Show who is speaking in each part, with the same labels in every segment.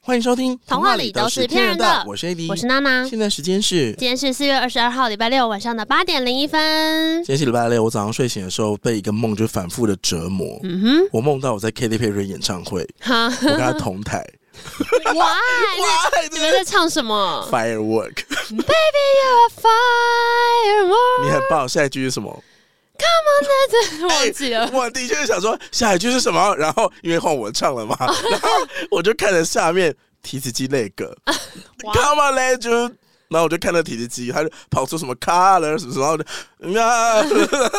Speaker 1: 欢迎收听《
Speaker 2: 童话里都是骗人的
Speaker 1: 我是 AD，
Speaker 2: 我是娜娜。
Speaker 1: 现在时间是
Speaker 2: 今天是四月二十二号，礼拜六晚上的八点零一分。
Speaker 1: 今天是礼拜六，我早上睡醒的时候被一个梦就反复的折磨。
Speaker 2: 嗯
Speaker 1: 我梦到我在 Katy Perry 演唱会，
Speaker 2: 哼，
Speaker 1: 我跟她同 台，
Speaker 2: 哈，哇！
Speaker 1: 哇，
Speaker 2: 哎你
Speaker 1: 真
Speaker 2: 们
Speaker 1: 的
Speaker 2: 在
Speaker 1: 是
Speaker 2: 唱什么
Speaker 1: Firework，
Speaker 2: ？Baby, you're a firework。
Speaker 1: 你很棒。下一句是什么？
Speaker 2: 忘记了，
Speaker 1: 我的确想说下一句是什么，然后因为换我唱 了嘛，然后我就看着下面提词机那个 Come on legend，然后我就看到提词机，他就跑出什么 color 什么什么，然后我就 啊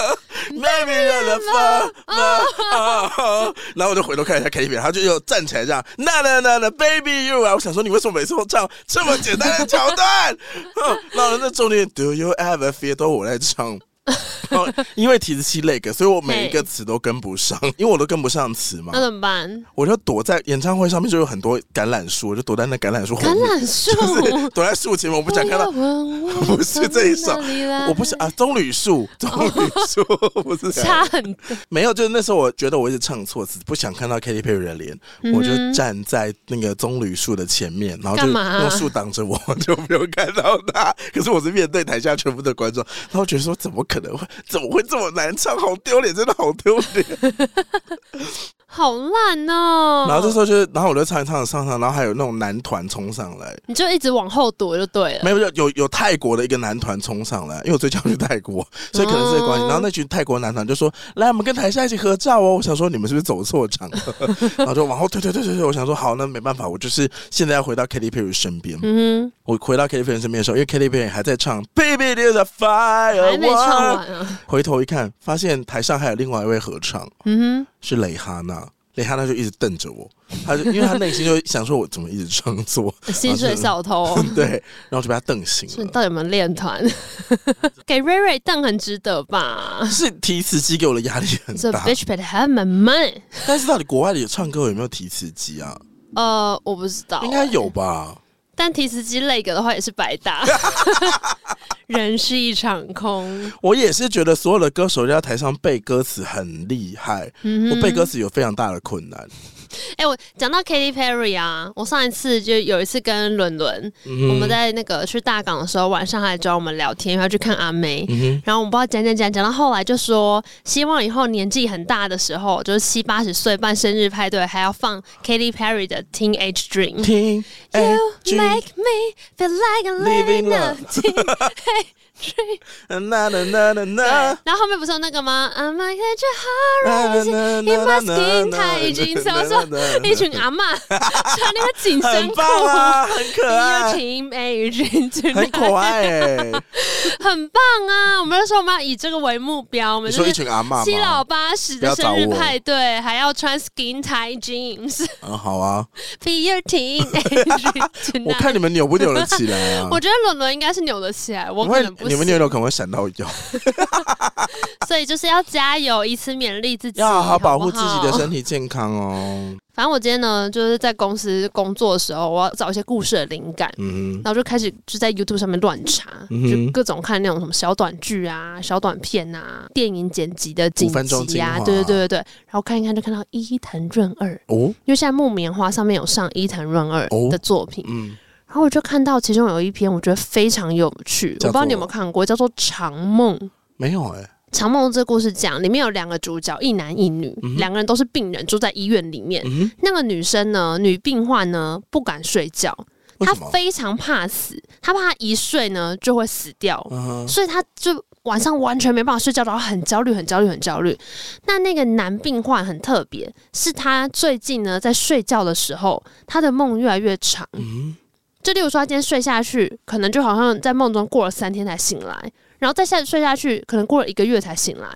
Speaker 1: ，maybe you're the fun，啊 然后我就回头看一下 K T V，他就又站起来这样，那那那那 baby you 啊，我想说你为什么每次都唱这么简单的桥段？哼然后那中间 Do you ever feel 都我在唱。 然后因为提词器累个，所以我每一个词都跟不上， 因为我都跟不上词嘛
Speaker 2: 那，怎么办？
Speaker 1: 我就躲在演唱会上面就有很多橄榄树，我就躲在那橄榄树后
Speaker 2: 橄
Speaker 1: 面，
Speaker 2: 榄树。哦
Speaker 1: 就是躲在树前面，我不想看 到。
Speaker 2: 到
Speaker 1: 不是这一首我不想啊，棕榈树，棕榈树 不是这样
Speaker 2: 哦差很多。
Speaker 1: 没有，就是那时候我觉得我一直唱错词，不想看到 Katy Perry 的脸，我就站在那个棕榈树的前面，然后就
Speaker 2: 嗯干嘛啊
Speaker 1: 用树挡着我，就没有看到他。 可是我是面对台下全部的观众，然后觉得说怎么可能会怎么会这么难唱，好丢脸，真的好丢脸。
Speaker 2: 好烂哦！
Speaker 1: 然后这时候就是，然后我就唱一唱唱唱，然后还有那种男团冲上来，
Speaker 2: 你就一直往后躲就对哦了。
Speaker 1: 没有有有有泰国的一个男团冲上来，因为我最近要去泰国，所以可能是这个关系。
Speaker 2: 哦
Speaker 1: 然后那群泰国男团就说：“来，我们跟台下一起合照哦。”我想说你们是不是走错场了？然后就往后退退退退退。我想说好，那没办法，我就是现在要回到 Katy Perry 身边。
Speaker 2: 嗯
Speaker 1: 我回到 Katy Perry 身边的时候，因为 Katy Perry 还在唱《Baby There's a
Speaker 2: 哼，还没
Speaker 1: Fire
Speaker 2: 唱》，完啊。
Speaker 1: 回头一看，发现台上还有另外一位合唱。
Speaker 2: 嗯
Speaker 1: 是蕾哈娜，蕾哈娜就一直瞪着我，她就因为她内心就想说，我怎么一直唱错，
Speaker 2: 哼，薪水哦小偷。
Speaker 1: 对，然后就被她瞪醒
Speaker 2: 所以你
Speaker 1: 了。
Speaker 2: 到底有没有 练团？给瑞瑞邓很值得吧？
Speaker 1: 是提词机给我的压力很
Speaker 2: 这
Speaker 1: 大，
Speaker 2: bitch better have my money。
Speaker 1: 但是到底国外的唱歌有没有提词机啊？
Speaker 2: 呃，我不知道，
Speaker 1: 应该。有吧？
Speaker 2: 但提词机那个的话也是白 搭。人是一场空，
Speaker 1: 我也是觉得所有的歌手在台上背歌词很厉害，
Speaker 2: 嗯
Speaker 1: 我背歌词有非常大的困难。
Speaker 2: 哎、我讲到 Katy Perry 啊，我上一次就有一次跟伦伦，
Speaker 1: 嗯
Speaker 2: 我们在那个去大港的时候，晚上还找我们聊天，要去看阿妹。
Speaker 1: 嗯
Speaker 2: 然后我们不知道讲讲讲讲到后来就说，希望以后年纪很大的时候，就是七八十岁办生日派对，还要放 Katy Perry 的 Teenage
Speaker 1: 哼，
Speaker 2: Dream。
Speaker 1: 听 A
Speaker 2: 嗯 You make me feel like I'm
Speaker 1: Living
Speaker 2: living a
Speaker 1: love
Speaker 2: teenage dream。
Speaker 1: na na na na
Speaker 2: 对
Speaker 1: na。
Speaker 2: 然后后面不是有那个吗？I'm
Speaker 1: In my
Speaker 2: like
Speaker 1: skin，
Speaker 2: a heart rising in my skin，他已经怎么说？一群阿嬷穿那个紧身
Speaker 1: 很
Speaker 2: 裤，
Speaker 1: 棒啊，很可
Speaker 2: 有
Speaker 1: 爱，
Speaker 2: 情美人之
Speaker 1: 很可爱 哎、
Speaker 2: 啊很棒啊！我们就说我们要以这个为目标，我们
Speaker 1: 你说
Speaker 2: 就
Speaker 1: 一
Speaker 2: 是
Speaker 1: 群阿妈
Speaker 2: 七老
Speaker 1: 吗？
Speaker 2: 八十
Speaker 1: 不要
Speaker 2: 的
Speaker 1: 找
Speaker 2: 生日
Speaker 1: 我
Speaker 2: 派对，还要穿 skin tight jeans 。 E
Speaker 1: 嗯，好啊，
Speaker 2: Piercing，tonight？
Speaker 1: 我看你们扭不扭得起来啊
Speaker 2: 啊我觉得伦伦应该是扭得起来，我
Speaker 1: 你
Speaker 2: 可
Speaker 1: 会
Speaker 2: 能不
Speaker 1: 你们
Speaker 2: 行
Speaker 1: 扭扭可能会闪到腰，
Speaker 2: 所以就是要加油，以此勉励自己，
Speaker 1: 要好好保
Speaker 2: 不
Speaker 1: 护自己的
Speaker 2: 好
Speaker 1: 身体健康哦。
Speaker 2: 反正我今天呢，就是在公司工作的时候，我要找一些故事的灵感，
Speaker 1: 嗯
Speaker 2: 然后就开始就在 YouTube 上面乱查，
Speaker 1: 嗯哼
Speaker 2: 就各种看那种什么小短剧啊、小短片啊、电影剪辑的剪
Speaker 1: 五分钟
Speaker 2: 辑
Speaker 1: 精华
Speaker 2: 啊，对对对对对。然后看一看就看到伊藤润二，
Speaker 1: 哼，哦，
Speaker 2: 因为现在木棉花上面有上伊藤润二
Speaker 1: 哦
Speaker 2: 的作品，
Speaker 1: 嗯，
Speaker 2: 然后我就看到其中有一篇我觉得非常有趣，我
Speaker 1: 叫
Speaker 2: 不知道你有
Speaker 1: 做
Speaker 2: 没有看过，叫做《长梦》。
Speaker 1: 没有哎、
Speaker 2: 《长梦》这故事讲，里面有两个主角，一男一女，
Speaker 1: 嗯哼
Speaker 2: 两、个人都是病人，住在医院里面。
Speaker 1: 嗯哼，
Speaker 2: 那个女生呢，女病患呢，不敢睡觉，
Speaker 1: 为
Speaker 2: 她
Speaker 1: 什么？
Speaker 2: 非常怕死，她怕她一睡呢就会死掉，
Speaker 1: 嗯哼，
Speaker 2: 所以她就晚上完全没办法睡觉，然后很焦虑，很焦虑，很焦虑。那那个男病患很特别，是他最近呢在睡觉的时候，他的梦越来越长。
Speaker 1: 嗯
Speaker 2: 就例如说，他今天睡下去，可能就好像在梦中过了三天才醒来，然后再下睡下去，可能过了一个月才醒来，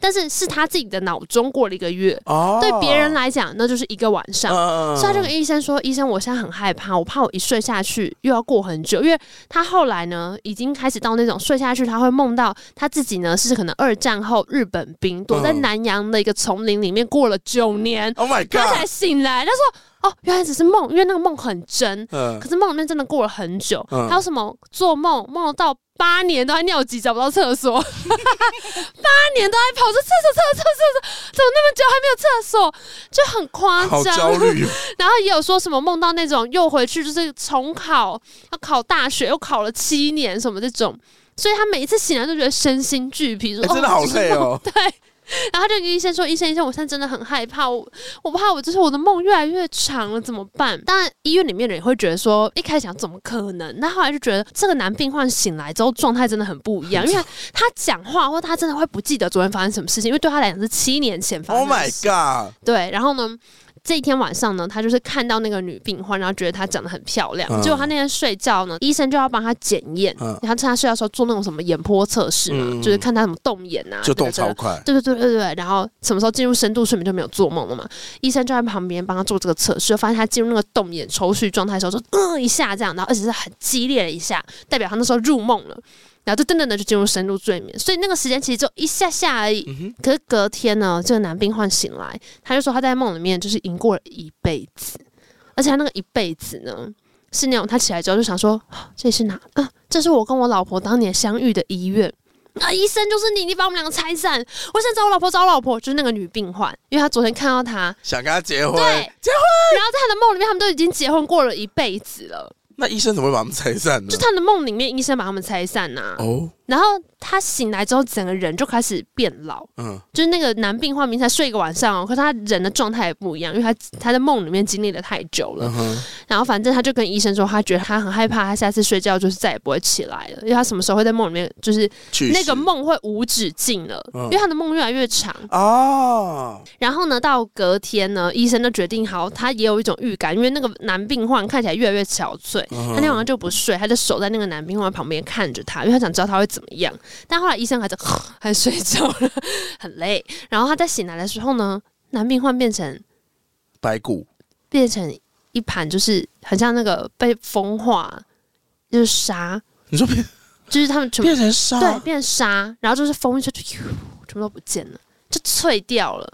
Speaker 2: 但是是他自己的脑中过了一个月，
Speaker 1: 哦，
Speaker 2: 对别人来讲那就是一个晚上。
Speaker 1: 嗯，
Speaker 2: 所以他就跟医生说：“医生，我现在很害怕，我怕我一睡下去又要过很久，因为他后来呢，已经开始到那种睡下去，他会梦到他自己呢是可能二战后日本兵躲在
Speaker 1: 嗯
Speaker 2: 南洋的一个丛林里面过了九年，
Speaker 1: Oh my
Speaker 2: 他才
Speaker 1: God，
Speaker 2: 醒来。他说：哦，原来只是梦，因为那个梦很真，
Speaker 1: 嗯
Speaker 2: 可是梦里面真的过了很久，
Speaker 1: 嗯
Speaker 2: 还有什么做梦梦到八年都在尿急找不到厕所， 八年都在跑着厕所厕所厕所厕所，怎么那么久还没有厕所，就很
Speaker 1: 好
Speaker 2: 夸
Speaker 1: 焦
Speaker 2: 张。
Speaker 1: 虑哦，
Speaker 2: 然后也有说什么梦到那种又回去就是重考，要考大学又考了七年什么这种，所以他每一次醒来都觉得身心俱疲，说、
Speaker 1: 哎真的好
Speaker 2: 这是
Speaker 1: 累哦。
Speaker 2: 对，然后他就跟医生说：“医生，医生，我现在真的很害怕，我我怕我就是我的梦越来越长了，怎么办？”当然，医院里面的人也会觉得说，一开始想怎么可能？那后来就觉得这个男病患醒来之后状态真的很不一样，因为他讲话或他真的会不记得昨天发生什么事情，因为对他来讲是七年前发生
Speaker 1: Oh
Speaker 2: 的
Speaker 1: my
Speaker 2: 事。
Speaker 1: god！
Speaker 2: 对，然后呢？这一天晚上呢，他就是看到那个女病患，然后觉得她长得很漂亮。
Speaker 1: 嗯
Speaker 2: 结果他那天睡觉呢，医生就要帮他检验，
Speaker 1: 嗯
Speaker 2: 然后趁他睡觉的时候做那种什么眼波测试嘛，
Speaker 1: 嗯
Speaker 2: 就是看他什么动眼啊，
Speaker 1: 就
Speaker 2: 这个
Speaker 1: 动
Speaker 2: 这个
Speaker 1: 超快，
Speaker 2: 对对对对对，然后什么时候进入深度睡眠就没有做梦了嘛？医生就在旁边帮他做这个测试，就发现他进入那个动眼抽搐状态的时候，就嗯一下这样，然后而且是很激烈的一下，代表他那时候入梦了，然后就噔噔的就进入深度睡眠，所以那个时间其实就一下下而已。
Speaker 1: 嗯哼，
Speaker 2: 可是隔天呢，这个男病患醒来，他就说他在梦里面就是赢过了一辈子，而且他那个一辈子呢，是那种他起来之后就想说，啊这是哪？啊，这是我跟我老婆当年相遇的医院。啊！医生就是你，你把我们两个拆散。我想找我老婆，找我老婆，就是那个女病患，因为她昨天看到他，
Speaker 1: 想跟他结婚，
Speaker 2: 对
Speaker 1: 结婚。
Speaker 2: 然后在她的梦里面，他们都已经结婚过了一辈子了。
Speaker 1: 那医生怎么会把他们拆散呢
Speaker 2: 就？她的梦里面，医生把他们拆散呐、
Speaker 1: 哦，
Speaker 2: 然后她醒来之后，整个人就开始变老，
Speaker 1: 嗯，
Speaker 2: 就是那个男病患明才睡一个晚上哦，可是他人的状态也不一样，因为他他在梦里面经历了太久了。
Speaker 1: 嗯哼，
Speaker 2: 然后反正他就跟医生说，他觉得他很害怕，他下次睡觉就是再也不会起来了，因为他什么时候会在梦里面，就是
Speaker 1: 去
Speaker 2: 那
Speaker 1: 世
Speaker 2: 个梦会无止境了，
Speaker 1: 嗯
Speaker 2: 因为他的梦越来越长。
Speaker 1: 哦，
Speaker 2: 然后呢，到隔天呢，医生就决定好，他也有一种预感，因为那个男病患看起来越来越憔悴，
Speaker 1: 嗯
Speaker 2: 他
Speaker 1: 哼
Speaker 2: 那天晚上就不睡，他就守在那个男病患旁边看着他，因为他想知道他会怎么样。但后来医生还是 还睡着了，很累。然后他在醒来的时候呢，男病患变成
Speaker 1: 白骨
Speaker 2: 变成一盘，就是很像那个被风化，就是沙，
Speaker 1: 你说变
Speaker 2: 就是他们全部
Speaker 1: 变成沙，
Speaker 2: 对变沙，然后就是风一吹，就咻全部都不见了，就脆掉了，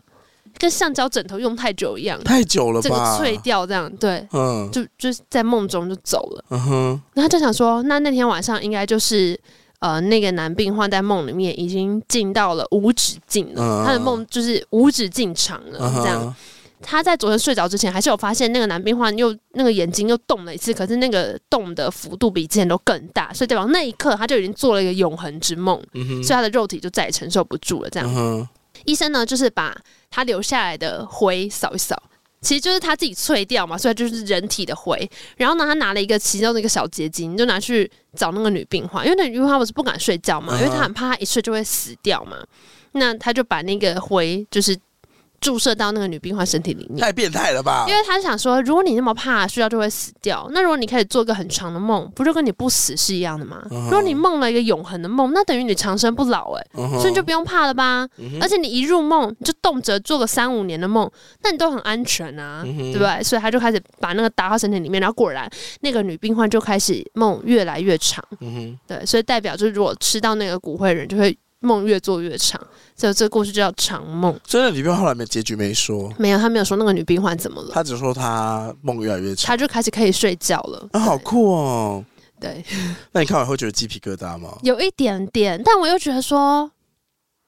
Speaker 2: 跟橡胶枕头用太久一样，
Speaker 1: 太久了
Speaker 2: 这个
Speaker 1: 吧？
Speaker 2: 脆掉这样，对，
Speaker 1: 嗯
Speaker 2: 就就是在梦中就走了。
Speaker 1: 嗯哼，
Speaker 2: 然后他就想说，那那天晚上应该就是呃，那个男病患在梦里面已经进到了无止境了，
Speaker 1: 嗯
Speaker 2: 他的梦就是无止境长了。
Speaker 1: 嗯
Speaker 2: 这样，
Speaker 1: 哼，
Speaker 2: 他在昨天睡着之前，还是有发现那个男病患又那个眼睛又动了一次，可是那个动的幅度比之前都更大，所以代表那一刻他就已经做了一个永恒之梦，
Speaker 1: 嗯哼，
Speaker 2: 所以他的肉体就再也承受不住了。这样，
Speaker 1: 嗯哼，
Speaker 2: 医生呢就是把他留下来的灰扫一扫。其实就是他自己脆掉嘛，所以就是人体的灰。然后呢，他拿了一个其中的一个小结晶，就拿去找那个女病患，因为那女病患不是不敢睡觉嘛，
Speaker 1: 嗯哼
Speaker 2: 因为她很怕她一睡就会死掉嘛。那他就把那个灰就是注射到那个女病患身体里面。
Speaker 1: 太变态了吧？
Speaker 2: 因为他想说，如果你那么怕睡觉就会死掉，那如果你开始做一个很长的梦，不就跟你不死是一样的吗？
Speaker 1: 嗯
Speaker 2: 如果你梦了一个永恒的梦，那等于你长生不老哎、
Speaker 1: 嗯哼
Speaker 2: 所以你就不用怕了吧？而且你一入梦就动辄做个三五年的梦，那你都很安全啊，
Speaker 1: 嗯哼
Speaker 2: 对不对？所以他就开始把那个打到身体里面，然后果然那个女病患就开始梦越来越长，
Speaker 1: 嗯哼，
Speaker 2: 对，所以代表就是如果吃到那个骨灰人就会梦越做越长，所以这个故事就叫长梦。
Speaker 1: 真的里面后来没结局没说，
Speaker 2: 没有，他没有说那个女病患怎么了，
Speaker 1: 他只说他梦越来越长
Speaker 2: 他，就开始可以睡觉了。
Speaker 1: 啊，好酷哦！
Speaker 2: 对，
Speaker 1: 那你看完会觉得鸡皮疙瘩吗？
Speaker 2: 有一点点，但我又觉得说，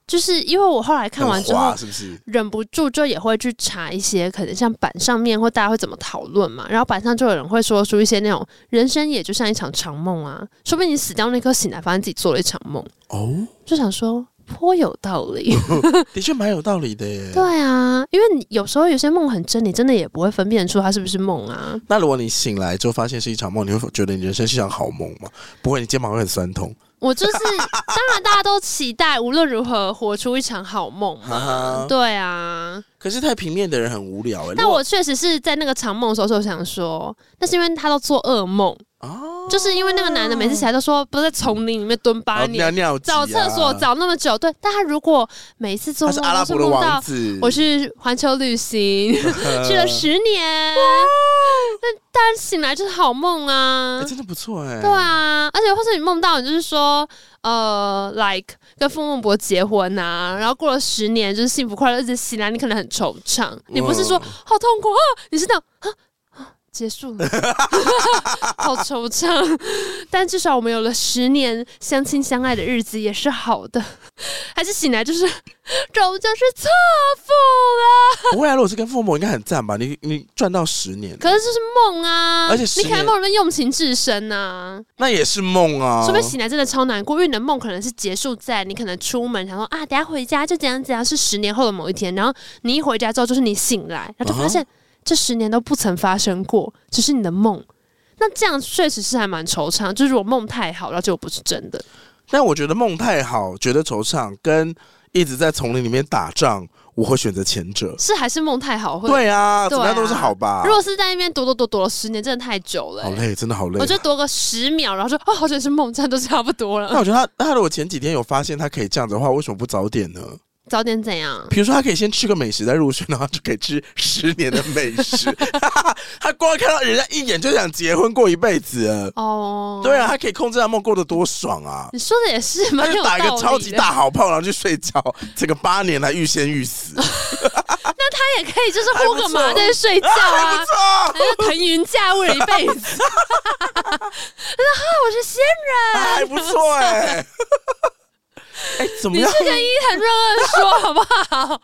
Speaker 2: 就是因为我后来看完之
Speaker 1: 很
Speaker 2: 后
Speaker 1: 滑，是不是？
Speaker 2: 忍不住就也会去查一些可能像板上面或大家会怎么讨论嘛，然后板上就有人会说出一些那种人生也就像一场长梦啊，说不定你死掉那刻醒来，发现自己做了一场梦，
Speaker 1: 哦，
Speaker 2: 就想说颇有道 理。
Speaker 1: 的确蛮有道理的耶。
Speaker 2: 对啊，因为你有时候有些梦很真，你真的也不会分辨出它是不是梦啊。
Speaker 1: 那如果你醒来之后发现是一场梦，你会觉得你人生是一场好梦吗？不会，你肩膀会很酸痛。
Speaker 2: 我就是，当然大家都期待无论如何活出一场好梦嘛。
Speaker 1: 哈哈
Speaker 2: 对啊，
Speaker 1: 可是太平面的人很无聊哎。
Speaker 2: 但
Speaker 1: 如果
Speaker 2: 我确实是在那个长梦的时候就想说，那是因为他都做噩梦，
Speaker 1: 哦，
Speaker 2: 就是因为那个男的每次起来都说不是在丛林里面蹲八
Speaker 1: 哦尿
Speaker 2: 年，
Speaker 1: 尿急啊
Speaker 2: 找厕所找那么久，对，但他如果每次做
Speaker 1: 他
Speaker 2: 梦
Speaker 1: 是阿拉
Speaker 2: 都是
Speaker 1: 伯的
Speaker 2: 梦到
Speaker 1: 王子， 呃哎
Speaker 2: 我去环球旅行去了十年，那当然醒来就是好梦啊
Speaker 1: 哎，。真的不错哎。
Speaker 2: 对，啊，而且或者你梦到你就是说，呃，like 跟傅孟博结婚啊，然后过了十年就是幸福快乐，一直醒来你可能很惆怅，你不是说
Speaker 1: 嗯
Speaker 2: 好痛苦啊，你是那种啊结束了， 好惆怅。但至少我们有了十年相亲相爱的日子，也是好的。还是醒来就是， 终究是错付 了。
Speaker 1: 不会啊，如果是跟父母，应该很赞吧？你你赚到十年，
Speaker 2: 可是这是梦啊，
Speaker 1: 而且十
Speaker 2: 你可以在
Speaker 1: 年
Speaker 2: 梦里面用情至深啊呐、
Speaker 1: 那也是梦啊。
Speaker 2: 说不定醒来真的超难过，因为你的梦可能是结束在你可能出门想说啊，等一下回家就怎样怎样，是十年后的某一天，然后你一回家之后就是你醒来，然后就
Speaker 1: 嗯
Speaker 2: 发现、这十年都不曾发生过，只是你的梦。那这样确实是还蛮惆怅，就是如果梦太好，然后结果不是真的，
Speaker 1: 但我觉得梦太好，觉得惆怅，跟一直在丛林里面打仗，我会选择前者。
Speaker 2: 是还是梦太好会。
Speaker 1: 对啊，怎
Speaker 2: 对啊
Speaker 1: 么样都是好吧。
Speaker 2: 如果是在那边躲躲躲躲了十年，真的太久了欸、
Speaker 1: 好累，啊真的好累。
Speaker 2: 我就躲个十秒，然后说哦，好像是梦，这样都差不多
Speaker 1: 那
Speaker 2: 了。
Speaker 1: 我觉得他，那他如果前几天有发现他可以这样子的话，为什么不早点呢？
Speaker 2: 早点怎样？
Speaker 1: 比如说，他可以先吃个美食再入睡，然后就可以吃十年的美 食。 他光看到人家一眼就想结婚过一辈子了。
Speaker 2: 哦，
Speaker 1: 对啊，他可以控制他梦过得多爽啊！
Speaker 2: 你说的也是，
Speaker 1: 他
Speaker 2: 蛮
Speaker 1: 就
Speaker 2: 有
Speaker 1: 打一
Speaker 2: 道
Speaker 1: 个
Speaker 2: 理
Speaker 1: 超级
Speaker 2: 的
Speaker 1: 大好炮，然后去睡觉，整个八年来欲仙欲死，
Speaker 2: 啊也可以，就是
Speaker 1: 还
Speaker 2: 呼
Speaker 1: 不错
Speaker 2: 个麻在睡觉
Speaker 1: 还
Speaker 2: 啊
Speaker 1: 不，错。
Speaker 2: 还要腾云驾雾了一辈子。他说：“哈，我是仙 人，
Speaker 1: 还不错哎、欸。哎、怎么
Speaker 2: 你
Speaker 1: 样？
Speaker 2: 是跟伊藤润二说好不好？”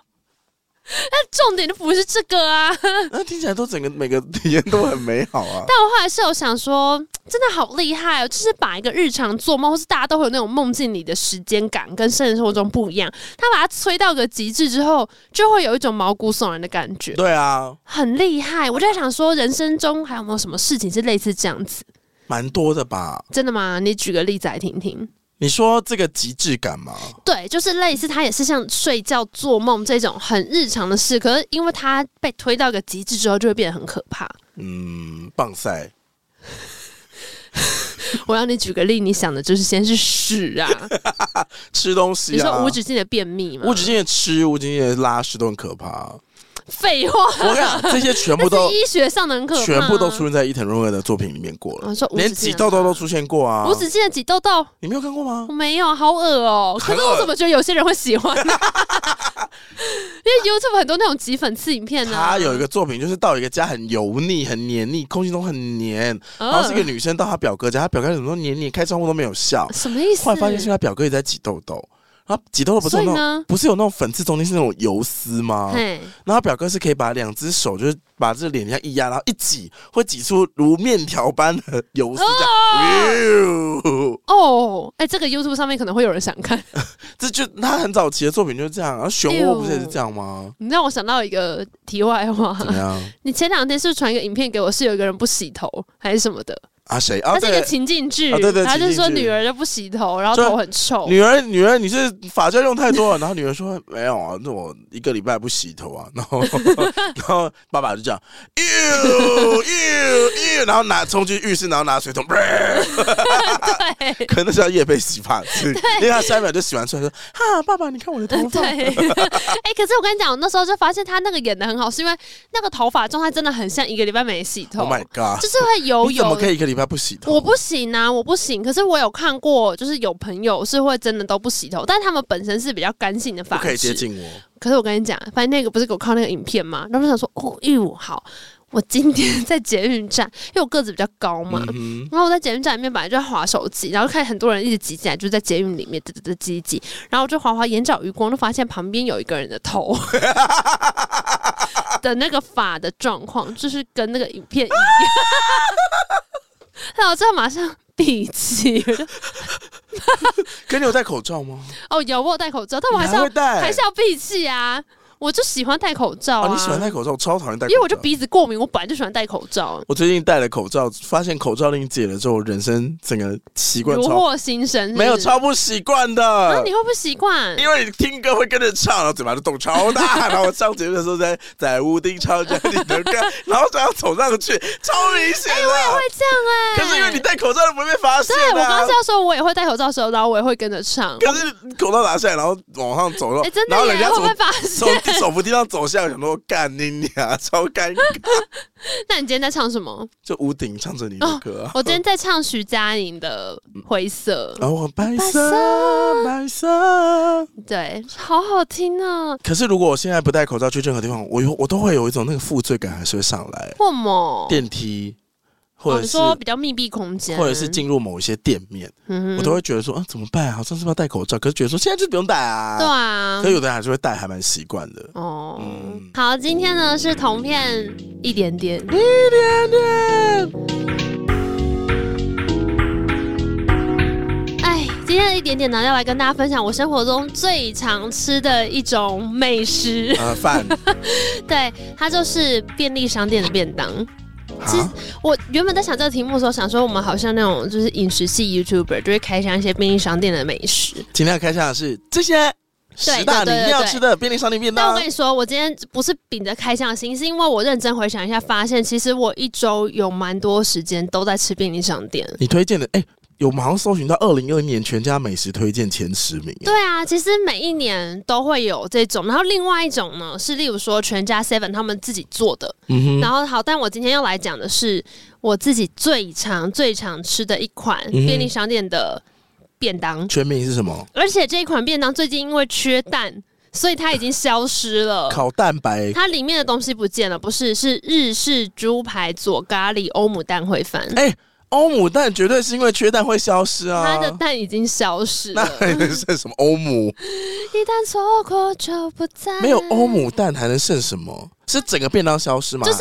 Speaker 2: 那重点就不是这个啊。
Speaker 1: 那听起来都整个每个体验都很美好啊。
Speaker 2: 但我后来是有想说，真的好厉害哦！就是把一个日常做梦，或是大家都会有那种梦境里的时间感，跟现实生活中不一样。他把它吹到个极致之后，就会有一种毛骨悚然的感觉。
Speaker 1: 对啊，
Speaker 2: 很厉害，我就在想说，人生中还有没有什么事情是类似这样子？
Speaker 1: 蛮多的吧？
Speaker 2: 真的吗？你举个例子来听听。
Speaker 1: 你说这个极致感嘛？
Speaker 2: 对，就是类似，它也是像睡觉、做梦这种很日常的事，可是因为它被推到一个极致之后，就会变得很可怕。
Speaker 1: 嗯，棒赛。
Speaker 2: 我让你举个例，你想的就是先是屎 啊，
Speaker 1: 吃东西、啊，
Speaker 2: 你说无止境的便秘吗？
Speaker 1: 无止境的吃，无止境的拉屎都很可怕。
Speaker 2: 废话，
Speaker 1: 我跟你 讲，这些全部
Speaker 2: 这
Speaker 1: 都
Speaker 2: 是医学上的很可怕、啊哦
Speaker 1: 全部都出。现在伊藤润二的作品里面过了
Speaker 2: 我说，无止境的
Speaker 1: 连挤痘痘都出现过啊
Speaker 2: 无。止境的挤痘痘，
Speaker 1: 你没有看过吗
Speaker 2: 我？没有，好恶哦、可
Speaker 1: 很恶
Speaker 2: 是我怎么觉得有些人会喜欢 呢、因为 YouTube 很多那种挤粉刺影片呢、啊
Speaker 1: 他有一个作品，就是到一个家很油腻、很黏腻，空气中很黏，
Speaker 2: 嗯，
Speaker 1: 然后是一个女生到她表哥家，她表哥怎么都黏黏，开窗户都没有笑。
Speaker 2: 什么意思？
Speaker 1: 后来发现是她表哥一直在挤痘痘，然后挤痘痘不是
Speaker 2: 所
Speaker 1: 有
Speaker 2: 以
Speaker 1: 那种
Speaker 2: 呢？
Speaker 1: 不是有那种粉刺中间是那种油丝吗？
Speaker 2: 嘿，
Speaker 1: 然后她表哥是可以把两只手就是把这脸这样一压，然后一挤会挤出如面条般的油丝，哦这样，呦
Speaker 2: 哦，哎、这个 YouTube 上面可能会有人想看。
Speaker 1: 这就他很早期的作品就是这样。然后漩涡不是也是这样吗？
Speaker 2: 你让我想到一个题外话，
Speaker 1: 怎么样？
Speaker 2: 你前两天是不是传一个影片给我，是有一个人不洗头还是什么的？
Speaker 1: 啊谁啊？
Speaker 2: 他是一
Speaker 1: 对
Speaker 2: 个，情境剧，
Speaker 1: 啊对对
Speaker 2: 然后就
Speaker 1: 情
Speaker 2: 是
Speaker 1: 境
Speaker 2: 说
Speaker 1: 剧
Speaker 2: 女儿就不洗头，然后
Speaker 1: 就
Speaker 2: 头很臭。
Speaker 1: 女儿女儿，你是发胶用太多了。然后女儿说没有啊，那我一个礼拜不洗头啊。 然后然后爸爸就这样，呦 呦呦，然后拿冲进浴室，然后拿水桶，
Speaker 2: 对
Speaker 1: 可能那时候叶被洗发精，因为他下一秒就洗完出来说：“哈，爸爸，你看我的头发。
Speaker 2: 对， 哎、可是我跟你讲，我那时候就发现他那个演的很好，是因为那个头发状态真的很像一个礼拜没洗头
Speaker 1: ”Oh my god！
Speaker 2: 就是会油
Speaker 1: 你怎么
Speaker 2: 油
Speaker 1: 可以一个礼拜不洗头？
Speaker 2: 我不行啊，我不行。可是我有看过，就是有朋友是会真的都不洗头，但他们本身是比较干性的
Speaker 1: 不
Speaker 2: 发质，
Speaker 1: 可以接近我。
Speaker 2: 可是我跟你讲，反正那个不是给我看那个影片嘛，然后就想说，哦，哟，好，我今天在捷运站，因为我个子比较高嘛，
Speaker 1: 嗯
Speaker 2: 然后我在捷运站里面本来就在划手机，然后看很多人一直挤进来，就在捷运里面嘚嘚嘚挤一挤，然后我就滑滑眼角余光，就发现旁边有一个人的头的那个发的状况，就是跟那个影片一样， 然后我就马上。闭气！我就
Speaker 1: 哼，跟你有戴口罩吗？
Speaker 2: 哦，有我有戴口罩，但我还是
Speaker 1: 你
Speaker 2: 要
Speaker 1: 会戴，
Speaker 2: 还是要闭气啊！我就喜欢戴口罩啊！
Speaker 1: 哦，你喜欢戴口罩？我超讨厌戴口罩，
Speaker 2: 因为我就鼻子过敏，我本来就喜欢戴口罩，
Speaker 1: 我最近戴了口罩，发现口罩令解了之后，人生整个习惯
Speaker 2: 如
Speaker 1: 超
Speaker 2: 获新生是不是
Speaker 1: 没有超不习惯
Speaker 2: 那
Speaker 1: 的
Speaker 2: 你。会不会习惯？
Speaker 1: 因为你听歌会跟着唱，然后嘴巴就动超大，然后我上节目的时候在在屋顶唱着你的歌，然后想要走上去，超明显的。
Speaker 2: 哎会这样哎、
Speaker 1: 可是因为你戴口罩，都不啊会被发现、
Speaker 2: 对我刚
Speaker 1: 啊
Speaker 2: 刚是。要说，我也会戴口罩的时 候，然后我也会跟着唱。
Speaker 1: 可是口罩拿下来，然后往上走，然后、
Speaker 2: 哎、真的
Speaker 1: 然后
Speaker 2: 耶
Speaker 1: 人家
Speaker 2: 会不
Speaker 1: 从
Speaker 2: 会发
Speaker 1: 从
Speaker 2: 现？
Speaker 1: 地手扶梯上走下来，想说干你娘，超尴尬。
Speaker 2: 那你今天在唱什么？
Speaker 1: 就屋顶唱着你的歌、啊，
Speaker 2: 哦我今天在唱徐佳莹的《灰色》，
Speaker 1: 然后白色白色。
Speaker 2: 对，好好听啊！
Speaker 1: 可是如果我现在不戴口罩去任何地方，我有我都会有一种那个负罪感，还是会上来。
Speaker 2: 或某，
Speaker 1: 电梯，或
Speaker 2: 哦
Speaker 1: 者
Speaker 2: 你
Speaker 1: 是、
Speaker 2: 说比较密闭空间，
Speaker 1: 或者是进入某一些店面，
Speaker 2: 嗯哼，
Speaker 1: 我都会觉得说啊怎么办、啊？好像是不是要戴口罩，可是觉得说现在就不用戴啊。
Speaker 2: 对啊
Speaker 1: 可。有的人还是会戴，还蛮习惯的。
Speaker 2: 哦
Speaker 1: 嗯，
Speaker 2: 好，今天呢是同片一点点。
Speaker 1: 一点点，
Speaker 2: 哎，今天的一点点呢，要来跟大家分享我生活中最常吃的一种美食。
Speaker 1: 呃，饭
Speaker 2: 对，它就是便利商店的便当。其实
Speaker 1: 啊，
Speaker 2: 我原本在想这个题目的时候，想说我们好像那种就是饮食系 YouTuber，就会开箱一些便利商店的美食。
Speaker 1: 今天要开箱的是这些十大你
Speaker 2: 对对对
Speaker 1: 一定要吃的便利商店便
Speaker 2: 但我
Speaker 1: 当
Speaker 2: 跟。你说，我今天不是秉着开箱的心，是因为我认真回想一下，发现其实我一周有蛮多时间都在吃便利商店。
Speaker 1: 你推荐的，哎、有马上搜寻到二零二零年全家美食推荐前十名。哎
Speaker 2: 对啊，其实每一年都会有这种，然后另外一种呢是，例如说全家 Seven 他们自己做的，
Speaker 1: 嗯哼，
Speaker 2: 然后好，但我今天要来讲的是我自己最常最常吃的一款
Speaker 1: 嗯哼
Speaker 2: 便利商店的便当，
Speaker 1: 全名是什么？
Speaker 2: 而且这一款便当最近因为缺蛋，所以它已经消失了。
Speaker 1: 烤蛋白。
Speaker 2: 它里面的东西不见了，不是，是日式猪排、佐咖喱、欧姆蛋烩饭，
Speaker 1: 哎、欧姆蛋绝对是因为缺蛋会消失啊。
Speaker 2: 它的蛋已经消失
Speaker 1: 那
Speaker 2: 了。
Speaker 1: 还能剩什么欧姆？
Speaker 2: 一旦错过就不再
Speaker 1: 没有欧，姆蛋还能剩什么？是整个便当消失吗？
Speaker 2: 就是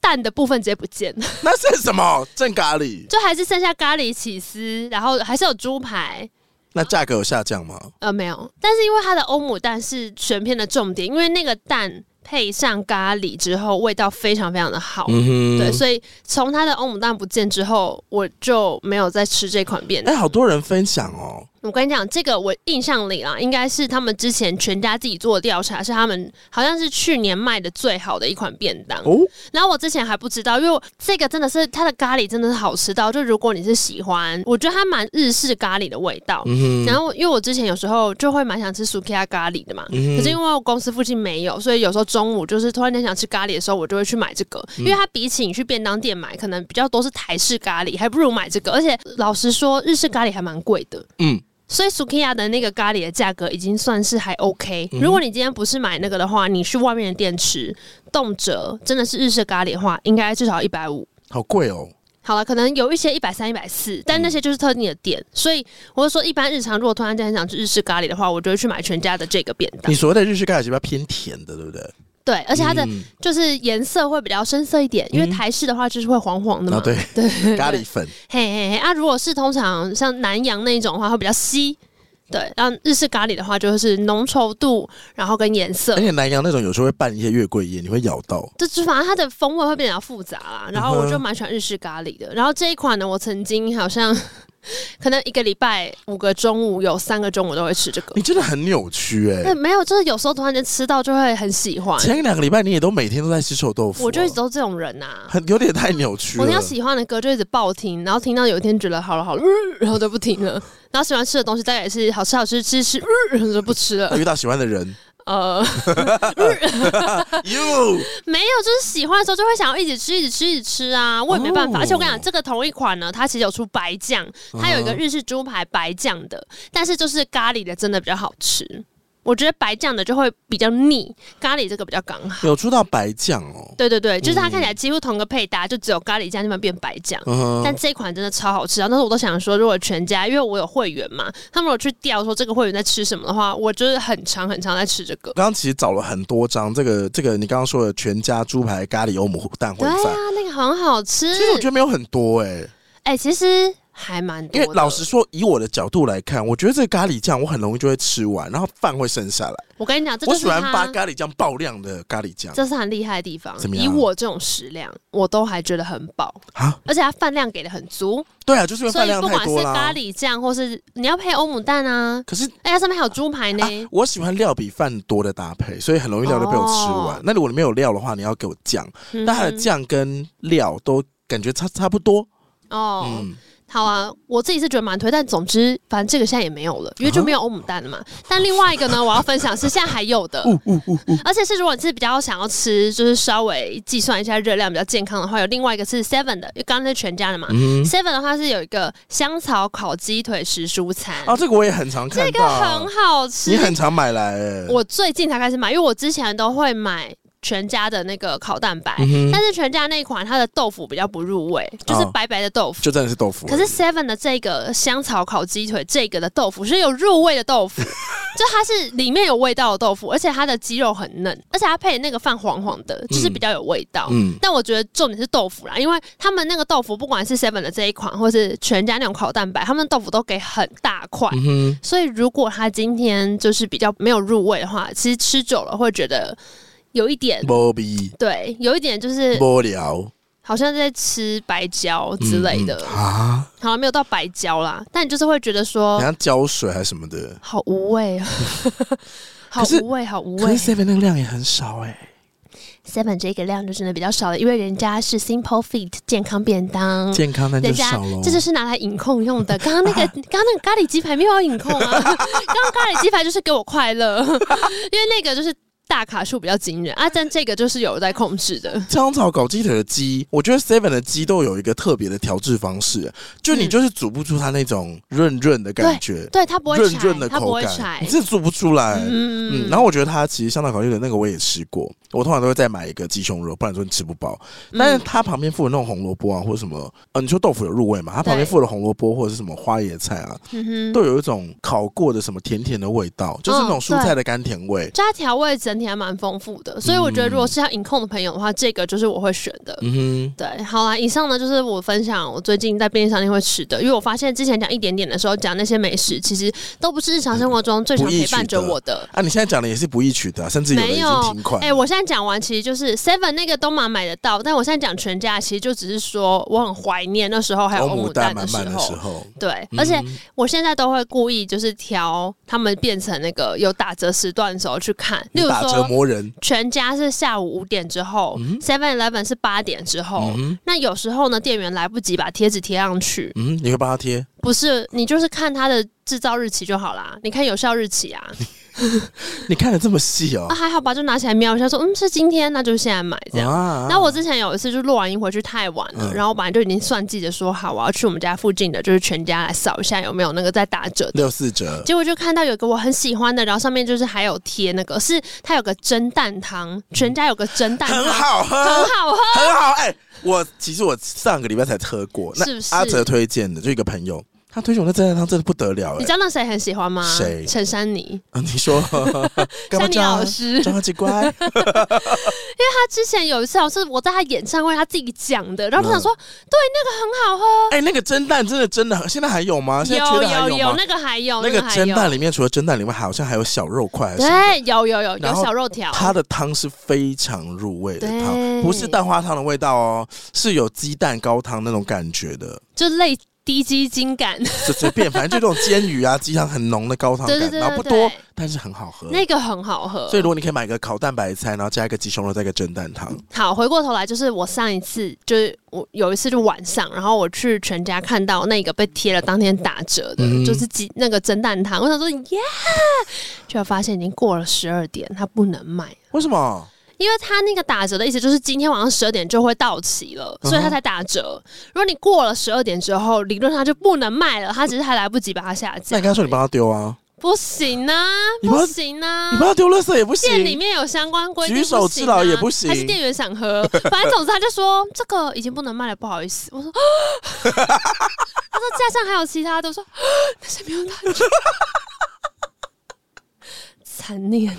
Speaker 2: 蛋的部分直接不见了，
Speaker 1: 那剩什么？正咖喱。
Speaker 2: 就还是剩下咖喱起司，然后还是有猪排，
Speaker 1: 那价格有下降吗？
Speaker 2: 呃，没有，但是因为它的欧姆蛋是全片的重点，因为那个蛋配上咖喱之后，味道非常非常的好。
Speaker 1: 嗯
Speaker 2: 对，
Speaker 1: 哼。
Speaker 2: 所以从它的欧姆蛋不见之后，我就没有再吃这款便
Speaker 1: 哎、
Speaker 2: 当。
Speaker 1: 好多人分享哦。
Speaker 2: 我跟你讲，这个我印象里啦，应该是他们之前全家自己做的调查，是他们好像是去年卖的最好的一款便当。
Speaker 1: 哦，
Speaker 2: 然后我之前还不知道，因为这个真的是它的咖喱真的是好吃到，就如果你是喜欢，我觉得它蛮日式咖喱的味道。
Speaker 1: 嗯
Speaker 2: 然后，因为我之前有时候就会蛮想吃 sukiya 咖喱的嘛，
Speaker 1: 嗯
Speaker 2: 可是因为我公司附近没有，所以有时候中午就是突然间想吃咖喱的时候，我就会去买这个，
Speaker 1: 嗯
Speaker 2: 因为它比起你去便当店买，可能比较多是台式咖喱，还不如买这个。而且老实说，日式咖喱还蛮贵的，
Speaker 1: 嗯，
Speaker 2: 所以 sukiya 的那个咖喱的价格已经算是还 OK。
Speaker 1: 嗯
Speaker 2: 如果你今天不是买那个的话，你去外面的店吃，动辄真的是日式咖喱的话，应该至少一百五。
Speaker 1: 好贵哦。
Speaker 2: 好了，可能有一些一百三、一百四，
Speaker 1: 嗯
Speaker 2: 但那些就是特定的店，所以我就说，一般日常如果突然间很想吃日式咖喱的话，我就会去买全家的这个便当
Speaker 1: 你。所谓的日式咖喱是比较偏甜的，对不对？
Speaker 2: 对，而且它的
Speaker 1: 嗯
Speaker 2: 就是颜色会比较深色一点，因为台式的话就是会黄黄的嘛。
Speaker 1: 啊，对
Speaker 2: 嗯 对，
Speaker 1: 咖喱粉。
Speaker 2: 嘿嘿嘿，啊，如果是通常像南洋那一种的话，会比较稀。对，然后日式咖喱的话，就是浓稠度，然后跟颜色
Speaker 1: 而，且南洋那种有时候会拌一些月桂叶，你会咬到。
Speaker 2: 这就反正它的风味会变得比较复杂啦。然后
Speaker 1: 嗯哼
Speaker 2: 我就蛮喜欢日式咖喱的。然后这一款呢，我曾经好像可能一个礼拜五个中午有三个中午都会吃这个
Speaker 1: 你。真的很扭曲哎、
Speaker 2: 那没有，就是有时候突然间吃到就会很喜欢。
Speaker 1: 前两个礼拜你也都每天都在吃臭豆腐啊、
Speaker 2: 我就一直都这种人呐、
Speaker 1: 很有点太扭曲
Speaker 2: 我
Speaker 1: 了
Speaker 2: 听。到喜欢的歌就一直爆听，然后听到有一天觉得好了好了，嗯然后就不听了。然后喜欢吃的东西大概也是好吃好吃吃吃，嗯然后就不吃了
Speaker 1: 那。遇到喜欢的人
Speaker 2: 呃，
Speaker 1: ，you
Speaker 2: 没有，就是喜欢的时候就会想要一直吃，一直吃，一直吃啊，我也没办法。
Speaker 1: 哦嗯
Speaker 2: 而且我跟你讲，这个同一款呢，它其实有出白酱，它有一个日式猪排白酱的，但是就是咖喱的真的比较好吃。我觉得白酱的就会比较腻，咖喱这个比较刚好。
Speaker 1: 有出到白酱哦。
Speaker 2: 对对对，就是它看起来几乎同个配搭，就只有咖喱酱地方变白酱。
Speaker 1: 嗯
Speaker 2: 但
Speaker 1: 哼，
Speaker 2: 这一款真的超好吃啊！那时候我都想说，如果全家，因为我有会员嘛，他们如果去调说这个会员在吃什么的话，我就是很常很常在吃这个。
Speaker 1: 刚刚其实找了很多张，这个这个你刚刚说的全家猪排咖喱欧姆蛋混
Speaker 2: 对啊
Speaker 1: 饭，，
Speaker 2: 那个很好吃
Speaker 1: 其。实我觉得没有很多哎、
Speaker 2: 哎、其实还蛮多
Speaker 1: 因
Speaker 2: 的。
Speaker 1: 为老实说，以我的角度来看，我觉得这个咖喱酱我很容易就会吃完，然后饭会剩下来。
Speaker 2: 我跟你讲，这
Speaker 1: 我
Speaker 2: 就是
Speaker 1: 喜欢
Speaker 2: 它
Speaker 1: 把咖喱酱爆量的咖喱酱
Speaker 2: 这是很厉害的地方
Speaker 1: 怎。么样
Speaker 2: 以我这种食量，我都还觉得很饱，
Speaker 1: 啊，
Speaker 2: 而且它饭量给的很足，
Speaker 1: 对啊，就是因为
Speaker 2: 所
Speaker 1: 饭
Speaker 2: 以
Speaker 1: 量
Speaker 2: 不
Speaker 1: 太
Speaker 2: 管是
Speaker 1: 多
Speaker 2: 咖
Speaker 1: 啦。
Speaker 2: 喱酱，或是你要配欧姆蛋啊，
Speaker 1: 可是
Speaker 2: 哎、它上面还有猪排呢。
Speaker 1: 啊，我喜欢料比饭多的搭配，所以很容易料就被我吃完。
Speaker 2: 哦
Speaker 1: 那如果你没有料的话，你要给我酱，
Speaker 2: 嗯哼
Speaker 1: 但它的酱跟料都感觉差差不多。
Speaker 2: 哦，
Speaker 1: 嗯，
Speaker 2: 好啊，我自己是觉得蛮推，但总之反正这个现在也没有了，因为
Speaker 1: 啊
Speaker 2: 就没有欧姆蛋了嘛。但另外一个呢，我要分享是现在还有 的，而且是如果你是比较想要吃，就是稍微计算一下热量比较健康的话，有另外一个是 Seven 的，因为刚刚是全家的嘛。
Speaker 1: 嗯，
Speaker 2: Seven 的话是有一个香草烤鸡腿时蔬餐，
Speaker 1: 啊，这个我也很常看
Speaker 2: 这
Speaker 1: 到，啊
Speaker 2: 个很好吃
Speaker 1: 你，很常买来、欸，
Speaker 2: 我最近才开始买，因为我之前都会买全家的那个烤蛋白，
Speaker 1: 嗯哼
Speaker 2: 但是全家那一款它的豆腐比较不入味，就是
Speaker 1: 哦
Speaker 2: 白白的豆腐。
Speaker 1: 就真的是豆腐而已。
Speaker 2: 可是 Seven 的这个香草烤鸡腿，这个的豆腐是有入味的豆腐，就它是里面有味道的豆腐，而且它的鸡肉很嫩，而且它配那个饭黄黄的，就是比较有味道。
Speaker 1: 嗯，
Speaker 2: 但我觉得重点是豆腐啦，因为他们那个豆腐，不管是 Seven 的这一款，或是全家那种烤蛋白，他们豆腐都给很大块，
Speaker 1: 嗯哼，
Speaker 2: 所以如果他今天就是比较没有入味的话，其实吃久了会觉得有一点，
Speaker 1: 无味，
Speaker 2: 对，有一点呃就是
Speaker 1: 无聊
Speaker 2: 好像在吃白胶之类的
Speaker 1: 嗯嗯，啊，
Speaker 2: 好像没有到白胶啦，但你就是会觉得
Speaker 1: 好
Speaker 2: 说
Speaker 1: 像胶水还是什么的。
Speaker 2: 好 无味啊，好
Speaker 1: 可是
Speaker 2: 无味，好无
Speaker 1: 可
Speaker 2: 味。
Speaker 1: 是 seven 那个量也很少哎、
Speaker 2: seven 这个量就真的比较少了，因为人家是 Simple Fit 健康便当。
Speaker 1: 健康那就
Speaker 2: 人家
Speaker 1: 少喽。
Speaker 2: 这就是拿来饮控用的。刚刚那 个，刚刚那个咖喱鸡排没有要饮控啊，刚刚咖喱鸡排就是给我 快乐，因为那个就是大卡数比较惊人啊，但这个就是有在控制的。
Speaker 1: 香草搞鸡腿的鸡，我觉得 Seven 的鸡都有一个特别的调制方式，就你
Speaker 2: 嗯
Speaker 1: 就是煮不出它那种润润的感觉，
Speaker 2: 对，它不会
Speaker 1: 润
Speaker 2: 柴
Speaker 1: 润的
Speaker 2: 它不
Speaker 1: 口
Speaker 2: 会
Speaker 1: 感，
Speaker 2: 柴
Speaker 1: 你。真的煮不出来。嗯
Speaker 2: 嗯
Speaker 1: 然后我觉得它其实香草烤鸡腿那个我也吃过，我通常都会再买一个鸡胸肉，不然说你吃不饱。但是
Speaker 2: 嗯
Speaker 1: 它旁边附的那种红萝卜啊，或者什么，呃，你说豆腐有入味嘛？它旁边
Speaker 2: 对
Speaker 1: 附的红萝卜或者是什么花椰菜啊，
Speaker 2: 嗯哼，
Speaker 1: 都有一种烤过的什么甜甜的味道，就是那种
Speaker 2: 嗯
Speaker 1: 蔬菜的甘甜味。
Speaker 2: 就它调味整体还蛮丰富的，所以我觉得如果是要饮控的朋友的话，这个就是我会选的。
Speaker 1: 嗯
Speaker 2: 对，好啦，以上呢就是我分享我最近在便利商店会吃的，因为我发现之前讲一点点的时候讲那些美食，其实都不是日常生活中最
Speaker 1: 嗯
Speaker 2: 常
Speaker 1: 不易
Speaker 2: 陪伴
Speaker 1: 取
Speaker 2: 着
Speaker 1: 得
Speaker 2: 我的。
Speaker 1: 哼，啊，你现在讲的也是不易取得啊、甚至有的已
Speaker 2: 没有
Speaker 1: 经停款了。
Speaker 2: 哎、我现在讲完，其实就是 Seven 那个都蛮买得到，但我现在讲全家，其实就只是说我很怀念那时候还有
Speaker 1: 欧
Speaker 2: 欧
Speaker 1: 姆
Speaker 2: 姆
Speaker 1: 蛋
Speaker 2: 蛋
Speaker 1: 满
Speaker 2: 时
Speaker 1: 满的
Speaker 2: 候
Speaker 1: 时。候，
Speaker 2: 对，而且
Speaker 1: 嗯
Speaker 2: 我现在都会故意就是调他们变成那个有打折时段的时候去看，例如
Speaker 1: 打折
Speaker 2: 说
Speaker 1: 磨人，
Speaker 2: 全家是下午五点之后，Seven Eleven 是八点之后。
Speaker 1: 嗯
Speaker 2: 那有时候呢，店员来不及把贴纸贴上去，
Speaker 1: 嗯，你会帮他贴，
Speaker 2: 不是你就是看它的制造日期就好啦，你看有效日期啊，
Speaker 1: 你看的这么细哦
Speaker 2: 啊，还好吧，就拿起来瞄一下说，嗯是今天，那就现在买这样。
Speaker 1: 啊
Speaker 2: 那我之前有一次就录完音回去太晚了，
Speaker 1: 嗯
Speaker 2: 然后我本来就已经算计着说好啊我要去我们家附近的，就是全家来扫一下有没有那个在打折的。
Speaker 1: 六四折，
Speaker 2: 结果就看到有一个我很喜欢的，然后上面就是还有贴那个是它有个蒸蛋汤，全家有个蒸蛋汤，
Speaker 1: 嗯很好啊喝，
Speaker 2: 很好啊 喝。
Speaker 1: 很好，哎，我其实我上个礼拜才喝过，那
Speaker 2: 是不是
Speaker 1: 阿哲推荐的，就一个朋友，他推荐我那真的汤真的不得了，
Speaker 2: 你
Speaker 1: 哎
Speaker 2: 知道那谁很喜欢吗？
Speaker 1: 谁
Speaker 2: 陈珊妮，
Speaker 1: 啊， 你说， 干嘛
Speaker 2: 珊妮
Speaker 1: 这样
Speaker 2: 老？师。
Speaker 1: 叫他几 乖，
Speaker 2: 她之前有一次好像是我在她演唱会，她自己讲的，然后我想说，
Speaker 1: 嗯
Speaker 2: 对，那个很好喝。
Speaker 1: 哎，那个蒸蛋真的真的很，现在还有吗？现在缺的还
Speaker 2: 有有
Speaker 1: 吗？
Speaker 2: 那个还有
Speaker 1: 那个
Speaker 2: 还
Speaker 1: 蒸
Speaker 2: 有
Speaker 1: 蛋里面，除了蒸蛋以外，好像还有小肉块还是什么的，
Speaker 2: 对，有有有
Speaker 1: 然
Speaker 2: 有
Speaker 1: 后
Speaker 2: 小肉条，
Speaker 1: 它的汤是非常入味的汤，
Speaker 2: 对
Speaker 1: 不是蛋花汤的味道哦，是有鸡蛋高汤那种感觉的，
Speaker 2: 就类低基金感，
Speaker 1: 就随便，反正就这种煎鱼啊、鸡汤很浓的高汤
Speaker 2: 对
Speaker 1: 感，
Speaker 2: 对对
Speaker 1: 然后不
Speaker 2: 对对
Speaker 1: 多，但是很好喝。
Speaker 2: 那个很好喝
Speaker 1: 所。以如果你可以买个烤蛋白菜，然后加一个鸡胸肉，再一个蒸蛋汤，
Speaker 2: 好，回过头来，就是我上一次，就是我有一次就晚上，然后我去全家看到那个被贴了当天打折的，
Speaker 1: 嗯
Speaker 2: 就是鸡那个蒸蛋汤，我想说耶，就发现已经过了十二点，它不能卖。
Speaker 1: 为什么？
Speaker 2: 因为它那个打折的意思就是今天晚上十二点就会到期了，
Speaker 1: 嗯
Speaker 2: 所以它才打折。如果你过了十二点之后，理论上就不能卖了，它只是还来不及把它下
Speaker 1: 那
Speaker 2: 架
Speaker 1: 你。刚说你帮他丢啊，
Speaker 2: 不行啊，
Speaker 1: 你不要
Speaker 2: 不行啊
Speaker 1: 你！帮他丢垃圾也不
Speaker 2: 店里
Speaker 1: 行，
Speaker 2: 面有相关规定，
Speaker 1: 举手之劳也不
Speaker 2: 不
Speaker 1: 行
Speaker 2: 行啊还是店员 想喝，反正总之他就说这个已经不能卖了，不好意思。我说，啊他说架上还有其他的，我说啊 那些没有打折，残念。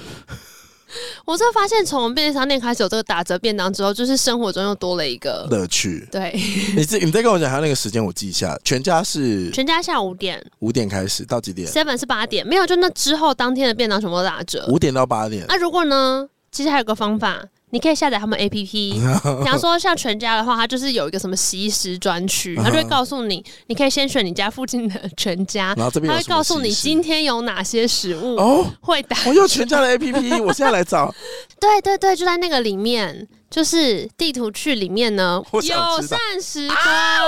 Speaker 2: 我就发现从我们便利商店开始有这个打折便当之后，就是生活中又多了一个
Speaker 1: 乐趣。
Speaker 2: 对，
Speaker 1: 你自你再跟我讲一下那个时间，我记一下。全家是
Speaker 2: 全家下午五点
Speaker 1: 五点开始到几点？
Speaker 2: ，seven 是八点，没有就那之后当天的便当全部都打折。
Speaker 1: 五点到八点。
Speaker 2: 那、如果呢，其实还有个方法，你可以下载他们 APP。比 方说像全家的话，它就是有一个什么洗衣食专 区，它就会告诉你，你可以先选你家附近的全 家，
Speaker 1: 然后这边
Speaker 2: 它
Speaker 1: 有
Speaker 2: 会
Speaker 1: 什么
Speaker 2: 告诉你
Speaker 1: 形式
Speaker 2: 今天有哪些食物
Speaker 1: 哦，
Speaker 2: 会打。
Speaker 1: 我有全家的 APP，我现在来找。
Speaker 2: 对对对，就在那个里面，就是地图区里面呢，
Speaker 1: 我
Speaker 2: 有
Speaker 1: 想知道
Speaker 2: 膳食啊，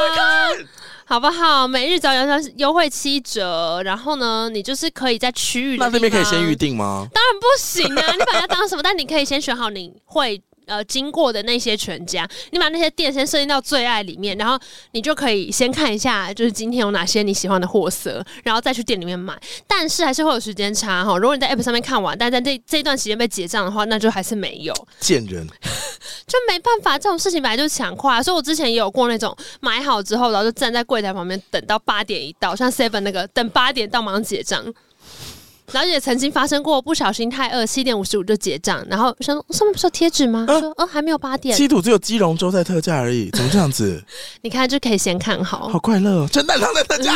Speaker 2: 好不好？每日早鸟上优惠七折，然后呢，你就是可以在区域的
Speaker 1: 那那边可以先预
Speaker 2: 定，
Speaker 1: 定吗？
Speaker 2: 当然不行啊！你把它当什么？但你可以先选好你会呃经过的那些全家，你把那些店先设定到最爱里面，然后你就可以先看一下，就是今天有哪些你喜欢的货色，然后再去店里面买。但是还是会有时间差哈。如果你在 App 上面看完，但在这这一段时间被结账的话，那就还是没有。
Speaker 1: 贱人，
Speaker 2: 就没办法，这种事情本来就是抢快、所以我之前也有过那种买好之后，然后就站在柜台旁边等到八点一到，像 Seven 那个等八点到马上结账。然后也曾经发生过不小心太饿，七点五十五就结账，然后我想说哦上面不是有贴纸吗？
Speaker 1: 啊
Speaker 2: 说哦还没有八点，
Speaker 1: 七土只有基隆州在特价而已，怎么这样子？
Speaker 2: 你看就可以先 看好。
Speaker 1: 好快乐哦！蒸蛋汤在特
Speaker 2: 嗯
Speaker 1: 价，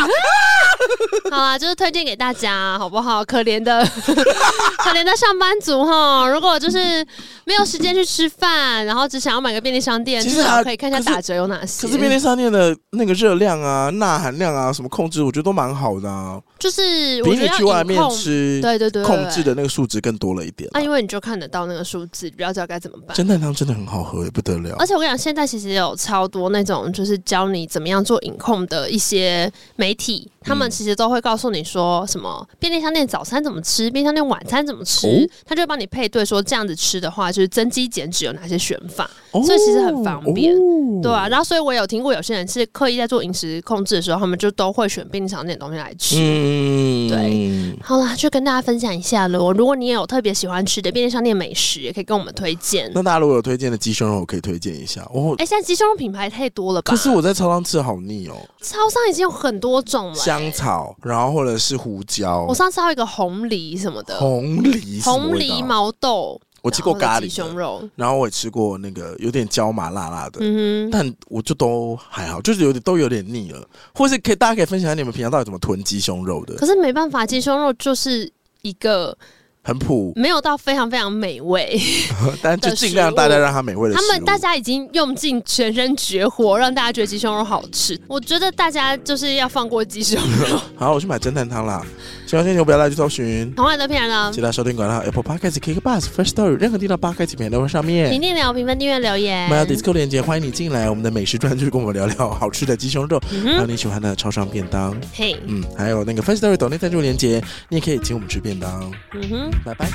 Speaker 2: 好啦，就是推荐给大家，好不好？可怜的 可怜的上班族哈，如果就是没有时间去吃饭，然后只想要买个便利商店，
Speaker 1: 其实
Speaker 2: 至
Speaker 1: 还
Speaker 2: 少可以看一下
Speaker 1: 可是
Speaker 2: 打折有哪些。
Speaker 1: 可是便利商店的那个热量啊、钠含量啊、什么控制，我觉得都蛮好的啊，
Speaker 2: 就是
Speaker 1: 比
Speaker 2: 我觉得
Speaker 1: 你
Speaker 2: 要
Speaker 1: 去外面
Speaker 2: 隐控
Speaker 1: 吃
Speaker 2: 对对对，对
Speaker 1: 控制。的那个数值更多了一点啦
Speaker 2: 那、。因为你就看得到那个数字，你不要知道该怎么办。
Speaker 1: 蒸蛋汤真的很好喝，不得了
Speaker 2: 而。且我跟你讲，现在其实有超多那种就是教你怎么样做影控的一些媒体，他
Speaker 1: 嗯
Speaker 2: 们其实都会告诉你说什么便利商店早餐怎么吃，便利商店晚餐怎么吃，
Speaker 1: 哦
Speaker 2: 他就会帮你配对说这样子吃的话，就是增肌减脂有哪些选法，
Speaker 1: 哦
Speaker 2: 所以其实很方便
Speaker 1: 哦
Speaker 2: 对啊。然后所以我有听过有些人是刻意在做饮食控制的时候，他们就都会选便利商店的东西来吃。
Speaker 1: 嗯，
Speaker 2: 对好啦，就跟大家分享一下喽。如果你也有特别喜欢吃的便利商店美食，也可以跟我们推荐。
Speaker 1: 那大家如果有推荐的鸡胸肉，我可以推荐一下。哦，
Speaker 2: 哎、现在鸡胸肉品牌太多了吧？
Speaker 1: 可是我在超商吃的好腻哦，
Speaker 2: 超商已经有很多种了、哎
Speaker 1: 香草，然后或者是胡椒
Speaker 2: 我，上次还有一个红梨什么的，
Speaker 1: 红梨，
Speaker 2: 红梨？毛豆，
Speaker 1: 啊我吃过
Speaker 2: 然
Speaker 1: 咖
Speaker 2: 后那个鸡
Speaker 1: 喱
Speaker 2: 胸
Speaker 1: 的，
Speaker 2: 肉，
Speaker 1: 然后我也吃过那个有点椒麻辣辣的，
Speaker 2: 嗯哼。
Speaker 1: 但我就都还好，就是有点都有点腻了。或是可以大家可以分享一下你们平常到底怎么囤鸡胸肉的，
Speaker 2: 可是没办法，鸡胸肉就是一个
Speaker 1: 很普，
Speaker 2: 没有到非常非常美味。
Speaker 1: 但就尽量大家让它美味的食物。
Speaker 2: 他们大家已经用尽全身绝活，让大家觉得鸡胸肉好吃。我觉得大家就是要放过鸡胸 肉，
Speaker 1: 好，我去买蒸蛋汤啦。喜欢星球不要拉去搜寻。
Speaker 2: 同样的骗人哦了。
Speaker 1: 其他收听管道 Apple Podcast、Kick Bus、First Story 任何地方 Podcast 平台都会上面。
Speaker 2: 评定聊、评分、订阅、留言
Speaker 1: 我。们有 Disco 连接，欢迎你进来我们的美食专区，跟我们聊聊好吃的鸡胸肉，
Speaker 2: 嗯
Speaker 1: 还有
Speaker 2: 哼，
Speaker 1: 你喜欢的超商便当，
Speaker 2: 嘿，
Speaker 1: 嗯，还有那个 First Story 抖内赞助连接，你也可以请我们吃便当。
Speaker 2: 嗯哼。
Speaker 1: 拜拜。